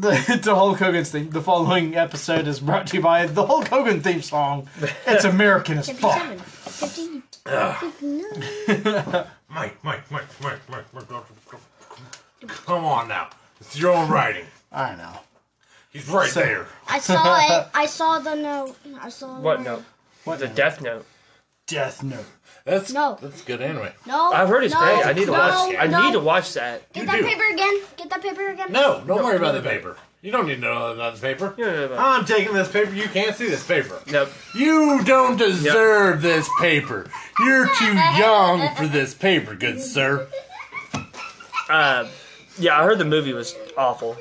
Speaker 1: The, to Hulk Hogan's theme. The following episode is brought to you by the Hulk Hogan theme song. It's American as fuck.
Speaker 4: 57, 15, 59.
Speaker 3: Mike, Mike, Mike, Mike, Mike, Mike. Come on now. It's your own writing.
Speaker 1: I know.
Speaker 3: He's right there.
Speaker 4: I saw it. I saw the note. I saw the
Speaker 2: What note?
Speaker 1: What
Speaker 2: The Death Note.
Speaker 1: Death Note.
Speaker 3: That's
Speaker 4: No.
Speaker 3: that's good anyway.
Speaker 4: No.
Speaker 2: I've heard it's
Speaker 4: no,
Speaker 2: great. I need to
Speaker 4: no,
Speaker 2: watch. I
Speaker 4: no.
Speaker 2: need to watch that.
Speaker 4: Get
Speaker 3: You
Speaker 4: that
Speaker 3: do.
Speaker 4: paper again. Get that paper again.
Speaker 3: No, don't worry about the paper. You don't need to know about the paper.
Speaker 2: No, no, no, no.
Speaker 3: I'm taking this paper. You can't see this paper.
Speaker 2: Nope.
Speaker 3: You don't deserve this paper. You're too young for this paper, good sir.
Speaker 2: Uh, yeah, I heard the movie was awful.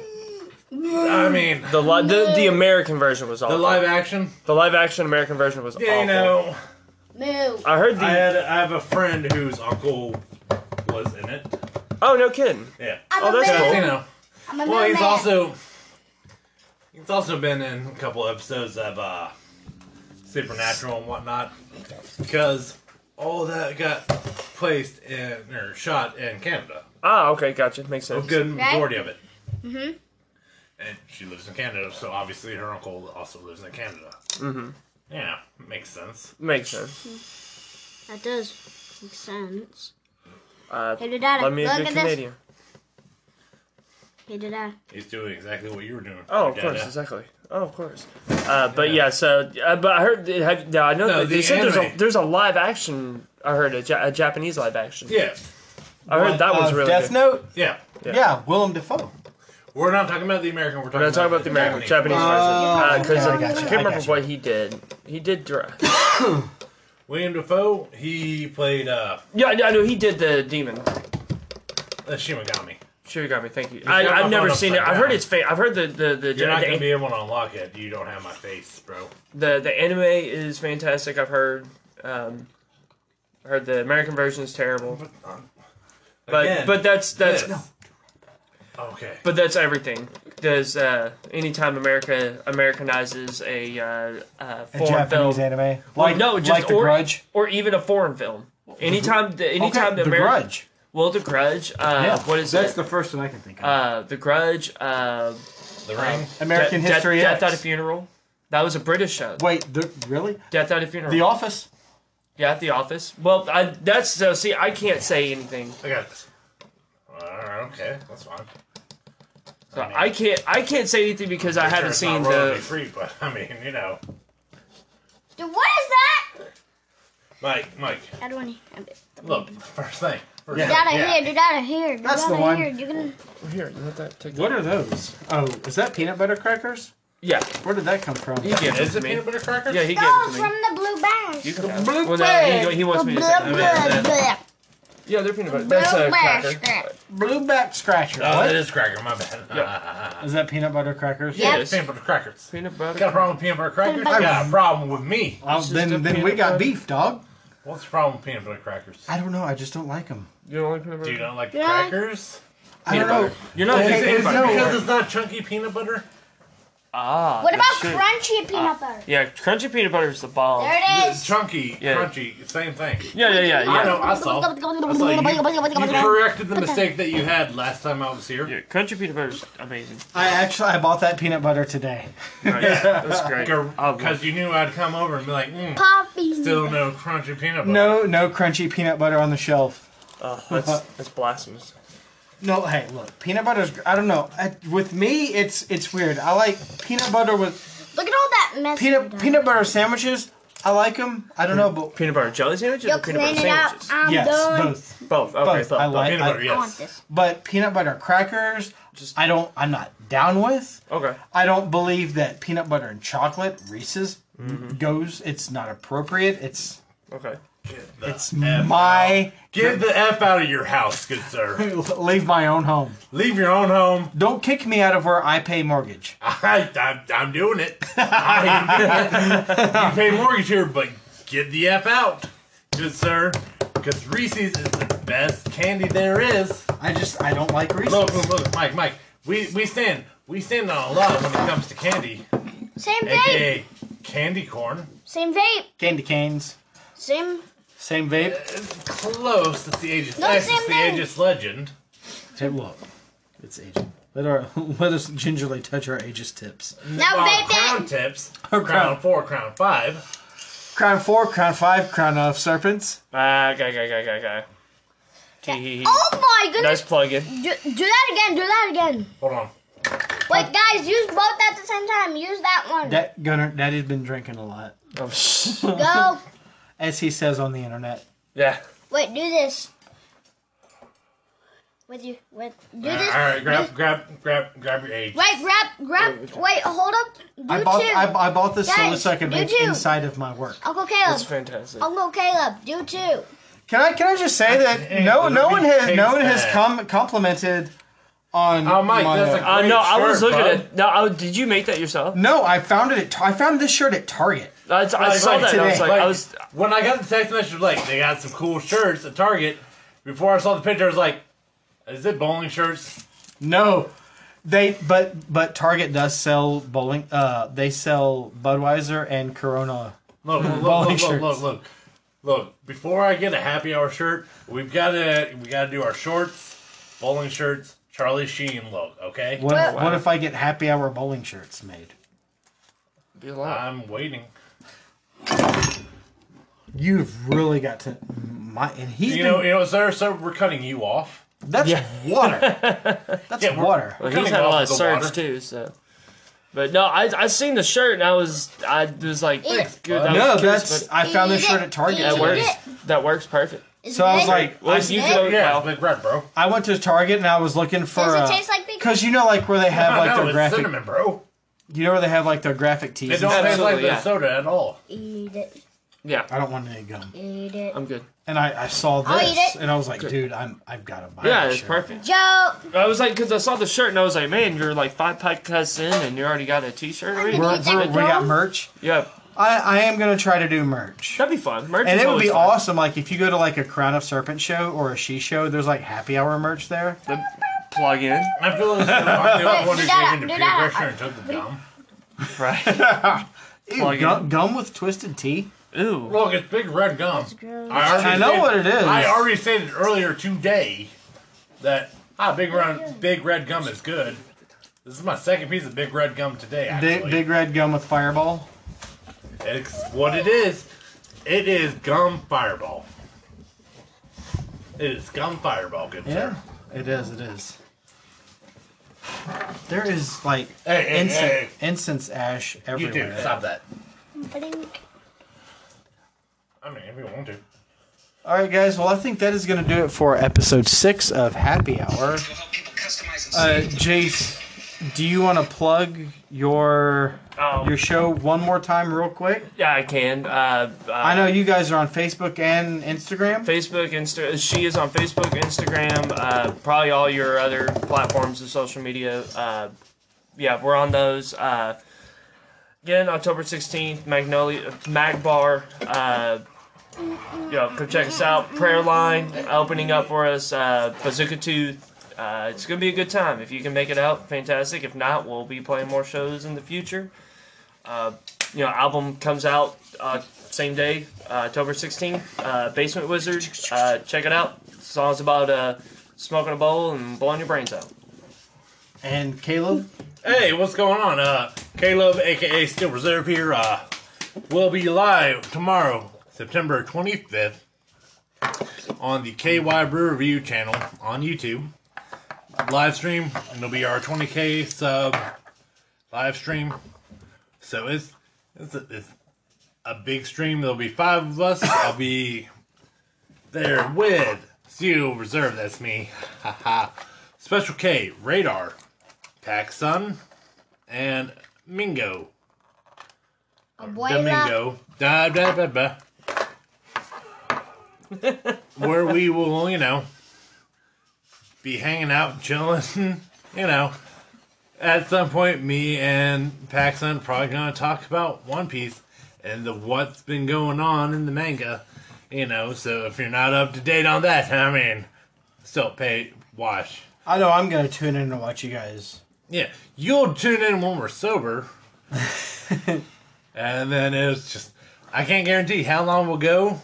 Speaker 3: I mean,
Speaker 2: The li- the, the American version was awful.
Speaker 3: the live action.
Speaker 2: The live action American version was
Speaker 3: Yeah,
Speaker 2: awful.
Speaker 3: you know,
Speaker 4: Moo.
Speaker 2: I heard the.
Speaker 3: I uh, had I have a friend whose uncle was in it.
Speaker 2: oh no, kidding.
Speaker 3: Yeah.
Speaker 4: I'm
Speaker 2: Oh,
Speaker 4: a
Speaker 2: that's
Speaker 4: moo.
Speaker 2: cool.
Speaker 3: You know.
Speaker 4: I'm a
Speaker 3: Well,
Speaker 4: moo
Speaker 3: he's
Speaker 4: man.
Speaker 3: also he's also been in a couple episodes of uh, Supernatural and whatnot because all that got placed in or shot in Canada.
Speaker 2: Ah, okay, gotcha. Makes
Speaker 3: A
Speaker 2: sense.
Speaker 3: good
Speaker 4: Right.
Speaker 3: majority of it. Mm-hmm. And she lives in Canada, so obviously her uncle also lives in Canada. Mm-hmm. Yeah, makes sense.
Speaker 2: Makes sense.
Speaker 4: That does make sense.
Speaker 2: Uh,
Speaker 4: Hey, did that?
Speaker 2: let me a
Speaker 4: Look
Speaker 2: good
Speaker 4: at this.
Speaker 2: Canadian.
Speaker 4: Hey, did that?
Speaker 3: He's doing exactly what you were doing.
Speaker 2: Oh, of course, exactly. Oh, of course. Uh, but yeah, so uh, but I heard. Have, now I know
Speaker 3: No,
Speaker 2: that they
Speaker 3: the
Speaker 2: said there's a
Speaker 3: anime.
Speaker 2: there's a live action. I heard a, ja- a Japanese live action.
Speaker 3: Yeah,
Speaker 2: I heard that was
Speaker 1: Of
Speaker 2: really
Speaker 1: uh, Death
Speaker 2: good.
Speaker 1: Note.
Speaker 3: yeah.
Speaker 1: Yeah. Willem Dafoe.
Speaker 3: We're not talking about the American. We're talking,
Speaker 2: We're not talking about the American Japanese version
Speaker 1: Oh,
Speaker 2: because
Speaker 1: okay,
Speaker 2: I,
Speaker 1: I gotcha,
Speaker 2: can't
Speaker 1: I
Speaker 2: remember
Speaker 1: gotcha.
Speaker 2: what he did. He did. Dra-
Speaker 3: William Defoe. He played uh,
Speaker 2: yeah, I know he did the demon.
Speaker 3: uh, Shimigami.
Speaker 2: Shirigami, thank you. I,
Speaker 3: got my
Speaker 2: I've never
Speaker 3: phone
Speaker 2: seen it.
Speaker 3: upside
Speaker 2: I've heard
Speaker 3: down.
Speaker 2: it's fake. I've heard the the the,
Speaker 3: You're not
Speaker 2: the,
Speaker 3: gonna be able to unlock it. You don't have my face, bro.
Speaker 2: the the anime is fantastic. I've heard. Um, I heard the American version is terrible. But
Speaker 3: Again,
Speaker 2: but that's that's
Speaker 3: this. okay.
Speaker 2: but that's everything. Does uh, anytime America Americanizes a, uh, uh,
Speaker 1: A
Speaker 2: foreign
Speaker 1: Japanese
Speaker 2: film
Speaker 1: anime.
Speaker 2: Well,
Speaker 1: Like,
Speaker 2: no, just
Speaker 1: like The
Speaker 2: or,
Speaker 1: Grudge.
Speaker 2: or even a foreign film. Anytime the anytime
Speaker 1: okay,
Speaker 2: the
Speaker 1: The
Speaker 2: Ameri-
Speaker 1: Grudge.
Speaker 2: Well, the Grudge. Uh, What is
Speaker 5: That's
Speaker 2: it?
Speaker 5: the first one I can think of.
Speaker 2: uh, the Grudge. Uh,
Speaker 3: The ring.
Speaker 1: American
Speaker 2: De- De-
Speaker 1: History X.
Speaker 2: Death at a Funeral. That was a British show.
Speaker 1: Wait, the, really?
Speaker 2: Death at a Funeral.
Speaker 1: The Office.
Speaker 2: yeah, at the office. Well, I, that's so. See, I can't say anything.
Speaker 3: I got this. Alright, okay, that's fine.
Speaker 2: So I can't. I can't say anything because I haven't
Speaker 3: Sure,
Speaker 2: seen
Speaker 3: it's not royalty
Speaker 2: the.
Speaker 3: free, but I mean, you know,
Speaker 4: Dude, what is
Speaker 3: Mike, Mike,
Speaker 4: that? I don't want to.
Speaker 3: look, first thing. First
Speaker 1: Yeah.
Speaker 3: thing,
Speaker 4: Get out of here. Get out of here. Get
Speaker 1: That's
Speaker 4: out
Speaker 1: the
Speaker 4: of
Speaker 1: one.
Speaker 4: here. You can.
Speaker 2: Here, let that take.
Speaker 1: What are those? Oh, is that peanut butter crackers?
Speaker 2: Yeah,
Speaker 1: Where did that come from?
Speaker 2: he gave it
Speaker 3: Is
Speaker 2: to
Speaker 3: it
Speaker 2: me.
Speaker 3: peanut butter crackers?
Speaker 2: Yeah, he gave
Speaker 4: No,
Speaker 2: it to
Speaker 4: from
Speaker 2: me.
Speaker 4: the blue bag.
Speaker 2: You can have
Speaker 1: blue
Speaker 2: it. Well, no,
Speaker 1: bag.
Speaker 2: he, he wants me to say.
Speaker 4: Blah,
Speaker 2: it.
Speaker 4: blah, blah.
Speaker 2: Yeah, they're peanut butter. That's a
Speaker 4: Blue bag.
Speaker 2: cracker.
Speaker 1: Blueback scratcher.
Speaker 3: Oh,
Speaker 1: what?
Speaker 3: that is cracker, my bad. Ah,
Speaker 1: Is that peanut butter crackers?
Speaker 4: Yeah.
Speaker 2: It is.
Speaker 3: peanut butter crackers.
Speaker 2: Peanut butter.
Speaker 3: Got a problem with peanut butter crackers?
Speaker 4: butter-
Speaker 3: got a problem with me.
Speaker 1: Well,
Speaker 2: just a
Speaker 1: then then we
Speaker 2: peanut
Speaker 1: got
Speaker 2: butter.
Speaker 1: beef, dog.
Speaker 3: What's the problem with peanut butter crackers?
Speaker 1: I don't know. I just don't like them.
Speaker 2: You don't like peanut
Speaker 3: Do
Speaker 2: butter?
Speaker 3: you not like the
Speaker 4: Yeah.
Speaker 3: crackers?
Speaker 1: I don't
Speaker 2: Peanut
Speaker 1: know.
Speaker 2: butter. You're not a
Speaker 3: Is,
Speaker 2: big
Speaker 3: is
Speaker 2: peanut
Speaker 3: it
Speaker 2: butter.
Speaker 3: because it's not chunky peanut butter?
Speaker 2: Ah.
Speaker 4: What
Speaker 2: no
Speaker 4: about
Speaker 2: shit.
Speaker 4: crunchy peanut butter?
Speaker 2: Yeah, crunchy peanut butter is the bomb.
Speaker 4: There it is.
Speaker 3: Chunky,
Speaker 2: Yeah.
Speaker 3: crunchy, same thing.
Speaker 2: Yeah, yeah, yeah,
Speaker 3: I
Speaker 2: yeah.
Speaker 3: know, I saw. I saw you, you corrected the mistake that you had last time I was here.
Speaker 2: Yeah, crunchy peanut butter is amazing.
Speaker 1: I actually I bought that peanut butter today.
Speaker 2: Nice. That's great. I love
Speaker 3: Because you knew I'd come over and be like, mm,
Speaker 4: Coffee.
Speaker 3: still no crunchy peanut butter.
Speaker 1: No, no crunchy peanut butter on the shelf.
Speaker 2: Oh, that's that's blasphemous.
Speaker 1: No, hey, look, peanut butter's. gr- I don't know. I, with me, it's it's weird. I like peanut butter with
Speaker 4: Look at all that mess.
Speaker 1: peanut peanut butter sandwiches. I like them. I don't know, but
Speaker 2: Peanut butter jelly sandwiches
Speaker 4: You'll
Speaker 2: or peanut butter
Speaker 4: clean it up.
Speaker 2: sandwiches?
Speaker 4: I'm
Speaker 1: yes,
Speaker 4: done.
Speaker 1: both.
Speaker 2: Both. Okay,
Speaker 1: Both.
Speaker 2: both.
Speaker 1: I
Speaker 2: both.
Speaker 1: like-
Speaker 3: peanut butter,
Speaker 4: I want
Speaker 3: yes.
Speaker 4: this.
Speaker 1: But peanut butter crackers,
Speaker 2: Just-
Speaker 1: I don't. I'm not down with.
Speaker 2: Okay.
Speaker 1: I don't believe that peanut butter and chocolate Reese's goes. It's not appropriate. It's
Speaker 2: Okay.
Speaker 3: Get the
Speaker 1: it's
Speaker 3: F out.
Speaker 1: my
Speaker 3: Get the F out of your house, good sir.
Speaker 1: leave my own home.
Speaker 3: Leave your own home.
Speaker 1: Don't kick me out of where I pay mortgage.
Speaker 3: I, I'm, I'm doing it. I am doing it. You pay mortgage here, but get the F out, good sir. Because Reese's is the best candy there is.
Speaker 1: I just I don't like Reese's.
Speaker 3: Look, look, look, Mike, Mike. We, we stand we stand on a lot when it comes to candy,
Speaker 4: Same vape.
Speaker 3: aka candy corn.
Speaker 4: Same vape.
Speaker 1: Candy canes,
Speaker 4: Same.
Speaker 1: same vape.
Speaker 3: Close. It's the Aegis.
Speaker 4: No,
Speaker 3: X,
Speaker 4: same
Speaker 3: it's the
Speaker 4: name.
Speaker 3: Aegis legend.
Speaker 1: Tip look, it's aging. Let our let us gingerly touch our ages tips.
Speaker 4: Now
Speaker 3: Well,
Speaker 4: vape
Speaker 3: crown
Speaker 4: it.
Speaker 3: tips.
Speaker 1: Oh,
Speaker 3: Crown.
Speaker 1: crown.
Speaker 3: four, crown five.
Speaker 1: Crown four, crown five, crown of serpents.
Speaker 2: Ah, okay, okay, okay, okay, okay. Hee hee hee.
Speaker 4: Oh my
Speaker 2: Nice
Speaker 4: goodness.
Speaker 2: plug in.
Speaker 4: Do, do that again. Do that again.
Speaker 3: Hold on.
Speaker 4: Wait, guys, use both at the same time. Use that one.
Speaker 1: that Gunnar, Daddy's been drinking a lot,
Speaker 2: Oh,
Speaker 4: Go.
Speaker 1: as he says on the internet.
Speaker 2: yeah.
Speaker 4: Wait, do this. With you, with do
Speaker 3: all
Speaker 4: this.
Speaker 3: right, grab, grab, grab, grab your age.
Speaker 4: Wait, grab, grab. Wait, hold up. Do
Speaker 1: I bought,
Speaker 4: two.
Speaker 1: I, I bought this solo
Speaker 4: Guys,
Speaker 1: so I could
Speaker 4: you
Speaker 1: make
Speaker 4: too.
Speaker 1: inside of my work.
Speaker 4: Uncle
Speaker 2: That's
Speaker 4: Caleb.
Speaker 2: fantastic.
Speaker 4: Uncle Caleb, do two.
Speaker 1: Can I can I just say that
Speaker 3: Hey,
Speaker 1: no
Speaker 3: let
Speaker 1: no
Speaker 3: me
Speaker 1: one has
Speaker 3: taste
Speaker 1: no one has
Speaker 3: that.
Speaker 1: com- complimented on
Speaker 3: Oh, Mike,
Speaker 1: my,
Speaker 3: that's
Speaker 1: uh,
Speaker 3: a
Speaker 2: Uh,
Speaker 3: Great
Speaker 2: no, I was
Speaker 3: shirt,
Speaker 2: looking
Speaker 3: bud.
Speaker 2: at. No, I, did you make that yourself?
Speaker 1: no I found it at Tar- I found this shirt at Target.
Speaker 2: I, I saw
Speaker 3: like
Speaker 2: that. And I was
Speaker 1: today.
Speaker 2: like,
Speaker 3: Like,
Speaker 2: I was.
Speaker 3: when I got the text message, like they got some cool shirts at Target. Before I saw the picture, I was like, "Is it bowling shirts?"
Speaker 1: No, they but but Target does sell bowling. Uh, they sell Budweiser and Corona.
Speaker 3: Look, look,
Speaker 1: Bowling
Speaker 3: look, look, look,
Speaker 1: shirts.
Speaker 3: look, look, look. Before I get a happy hour shirt, we've got to we got to do our shorts, bowling shirts, Charlie Sheen look. Okay,
Speaker 1: What if,
Speaker 4: Well-
Speaker 1: what if I get happy hour bowling shirts made?
Speaker 2: Be alive.
Speaker 3: I'm waiting.
Speaker 1: You've really got to my and he's
Speaker 3: You
Speaker 1: been-
Speaker 3: know, you know, sir, sir, we're cutting you off.
Speaker 1: that's water. That's
Speaker 3: Yeah, we're-
Speaker 1: water.
Speaker 2: But
Speaker 3: Cutting
Speaker 2: he's had a
Speaker 3: off
Speaker 2: lot of
Speaker 3: the
Speaker 2: surge
Speaker 3: water.
Speaker 2: too. So, but no, I I seen the shirt and I was I was like,
Speaker 4: Thanks,
Speaker 2: good. I
Speaker 1: No,
Speaker 2: was curious,
Speaker 1: that's
Speaker 2: but
Speaker 1: I found this
Speaker 4: Eat
Speaker 1: shirt
Speaker 4: it,
Speaker 1: at Target
Speaker 4: eat
Speaker 2: that
Speaker 4: it.
Speaker 1: today.
Speaker 2: works. That works perfect.
Speaker 4: Is
Speaker 1: So I
Speaker 4: it
Speaker 1: was
Speaker 4: good?
Speaker 1: like,
Speaker 2: Well,
Speaker 4: That's
Speaker 2: you
Speaker 4: good.
Speaker 2: go.
Speaker 3: Yeah,
Speaker 2: well,
Speaker 3: big red, bro.
Speaker 1: I went to Target and I was looking for
Speaker 4: Does it
Speaker 1: uh,
Speaker 4: taste like bacon?
Speaker 1: Cause you know, like where they have like
Speaker 3: no,
Speaker 1: their
Speaker 3: it's
Speaker 1: graphic,
Speaker 3: cinnamon, bro.
Speaker 1: you know where they have like their graphic tees.
Speaker 3: It
Speaker 1: and
Speaker 3: don't
Speaker 1: stuff?
Speaker 3: taste like
Speaker 2: Absolutely, yeah.
Speaker 3: the soda at all.
Speaker 4: eat it,
Speaker 2: yeah,
Speaker 1: I don't want any gum.
Speaker 4: eat it.
Speaker 2: I'm good.
Speaker 1: And I, I saw
Speaker 4: I'll eat
Speaker 1: this
Speaker 4: it.
Speaker 1: and I was like, dude, I'm I've got to buy.
Speaker 2: Yeah,
Speaker 1: this
Speaker 2: it's
Speaker 1: shirt.
Speaker 2: perfect.
Speaker 4: Joe,
Speaker 2: I was like, because I saw the shirt and I was like, man, you're like five podcasts in and you already got a T-shirt already.
Speaker 1: We're,
Speaker 4: Is that
Speaker 1: we're, we got
Speaker 4: gum?
Speaker 1: merch.
Speaker 2: Yeah,
Speaker 1: I, I am gonna try to do merch.
Speaker 2: that'd be fun. Merch
Speaker 1: And
Speaker 2: is
Speaker 1: it would be
Speaker 2: always
Speaker 1: awesome, like if you go to like a Crown of Serpent show or a She show, there's like happy hour merch there.
Speaker 2: fun. The plug in,
Speaker 3: I feel as though I'm the only one who
Speaker 4: Do
Speaker 3: gave
Speaker 4: that,
Speaker 3: into
Speaker 4: do
Speaker 3: peer
Speaker 4: that.
Speaker 3: pressure and took the gum.
Speaker 2: right?
Speaker 1: Ew,
Speaker 2: Plug
Speaker 1: gum,
Speaker 2: in.
Speaker 1: gum with twisted tea.
Speaker 2: Ooh,
Speaker 3: Look, it's big red gum. I, already
Speaker 1: I know
Speaker 3: said-
Speaker 1: what it is.
Speaker 3: I already stated earlier today that ah, big red, big red gum is good. This is my second piece of big red gum today. Actually,
Speaker 1: Big, big red gum with Fireball.
Speaker 3: It's what it is. It is gum fireball. It is gum fireball, good
Speaker 1: Yeah,
Speaker 3: sir.
Speaker 1: it is. It is. There is like
Speaker 3: Hey, hey,
Speaker 1: incense,
Speaker 3: hey,
Speaker 1: incense ash
Speaker 3: hey. you
Speaker 1: everywhere.
Speaker 3: do stop that.
Speaker 4: blink.
Speaker 3: I mean, if you want to.
Speaker 1: All right, guys. Well, I think that is going to do it for episode six of Happy Hour.
Speaker 6: will help people customize and
Speaker 1: Uh, Jace, do you want to plug your
Speaker 2: Um,
Speaker 1: your show one more time, real quick?
Speaker 2: yeah, I can. Uh, uh,
Speaker 1: I know you guys are on Facebook and Instagram.
Speaker 2: Facebook, Insta. She is on Facebook, Instagram, uh, probably all your other platforms of social media. Uh, yeah, we're on those. Uh, again, October sixteenth, Magnolia Mag Bar. Uh, you know, come check us out. Prayer Line opening up for us. Uh, Bazooka Tooth. Uh, it's gonna be a good time. If you can make it out, fantastic. If not, we'll be playing more shows in the future. Uh, you know, album comes out uh, same day, uh, October 16th. Uh, Basement Wizard, uh, check it out. Song's about uh, smoking a bowl and blowing your brains out.
Speaker 1: And Caleb,
Speaker 3: Hey, what's going on? Uh, Caleb, aka Steel Reserve here. Uh, will be live tomorrow, September 25th, on the KY Brew Review channel on YouTube. Live stream, and it'll be our 20k sub live stream. So it's it's a, it's a big stream. There'll be five of us. I'll be there with Steel Reserve. That's me. Haha. Special K, Radar. Taxon, and Mingo.
Speaker 4: Abuela.
Speaker 3: Domingo. Da, da, da, da. Where we will, you know, be hanging out, chilling, you know. At some point, me and Paxson probably gonna talk about One Piece and the what's been going on in the manga, you know. So if you're not up to date on that, I mean, still pay watch.
Speaker 1: I know I'm going to tune in to watch you guys.
Speaker 3: Yeah, you'll tune in when we're sober. and then it's just, I can't guarantee how long we'll go,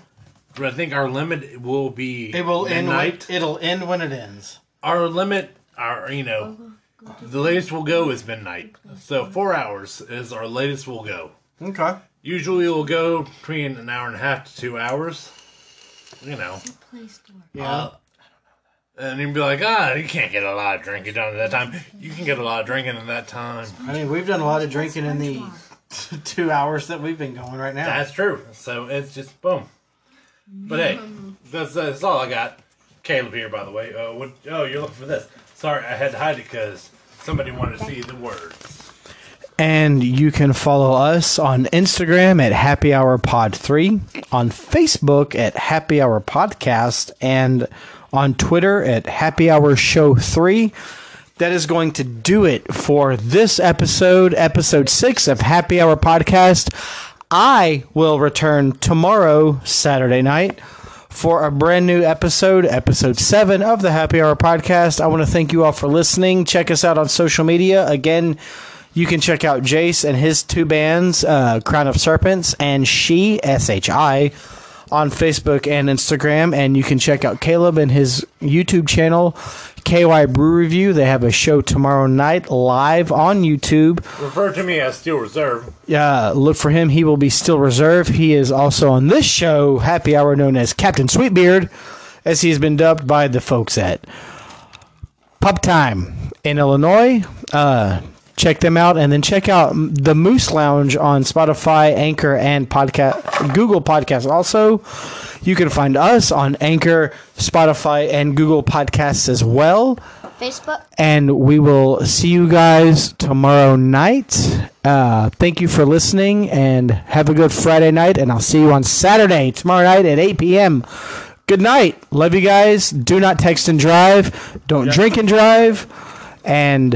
Speaker 3: but I think our limit will be
Speaker 1: It will end. When,
Speaker 3: midnight.
Speaker 1: it'll end when it ends.
Speaker 3: Our limit, our you know, the latest we'll go is midnight. So four hours is our latest we'll go.
Speaker 1: Okay.
Speaker 3: Usually we'll go between an hour and a half to two hours. You know,
Speaker 1: Yeah.
Speaker 3: uh, And you'd be like, ah, you can't get a lot of drinking done at that time. You can get a lot of drinking in that time.
Speaker 1: I mean, we've done a lot of drinking in the two hours that we've been going right now.
Speaker 3: That's true. So it's just boom. But hey, that's, that's all I got. Caleb here, by the way. Uh, what, oh, you're looking for this. Sorry, I had to hide it because somebody wanted to see the words.
Speaker 1: And you can follow us on Instagram at Happy Hour Pod 3, on Facebook at Happy Hour Podcast, and on Twitter at Happy Hour Show 3. That is going to do it for this episode, episode 6 of Happy Hour Podcast. I will return tomorrow, Saturday night, for a brand new episode, episode seven of the Happy Hour Podcast. I want to thank you all for listening. Check us out on social media. Again, you can check out Jace and his two bands, uh, Crown of Serpents and She, S H I, on Facebook and Instagram. And you can check out Caleb and his YouTube channel, KY Brew Review. They have a show tomorrow night live on YouTube.
Speaker 3: Refer to me as Steel Reserve.
Speaker 1: Uh, look for him. He will be still reserve. He is also on this show, Happy Hour, known as Captain Sweetbeard, as he has been dubbed by the folks at Pub Time in Illinois. Uh, check them out, and then check out m- the Moose Lounge on Spotify, Anchor, and podcast Google Podcasts. Also, you can find us on Anchor, Spotify, and Google Podcasts as well
Speaker 4: Facebook.
Speaker 1: and we will see you guys tomorrow night. Uh, thank you for listening and have a good Friday night. And I'll see you on Saturday, tomorrow night at 8 p.m. Good night. Love you guys. Do not text and drive. Don't drink and drive. And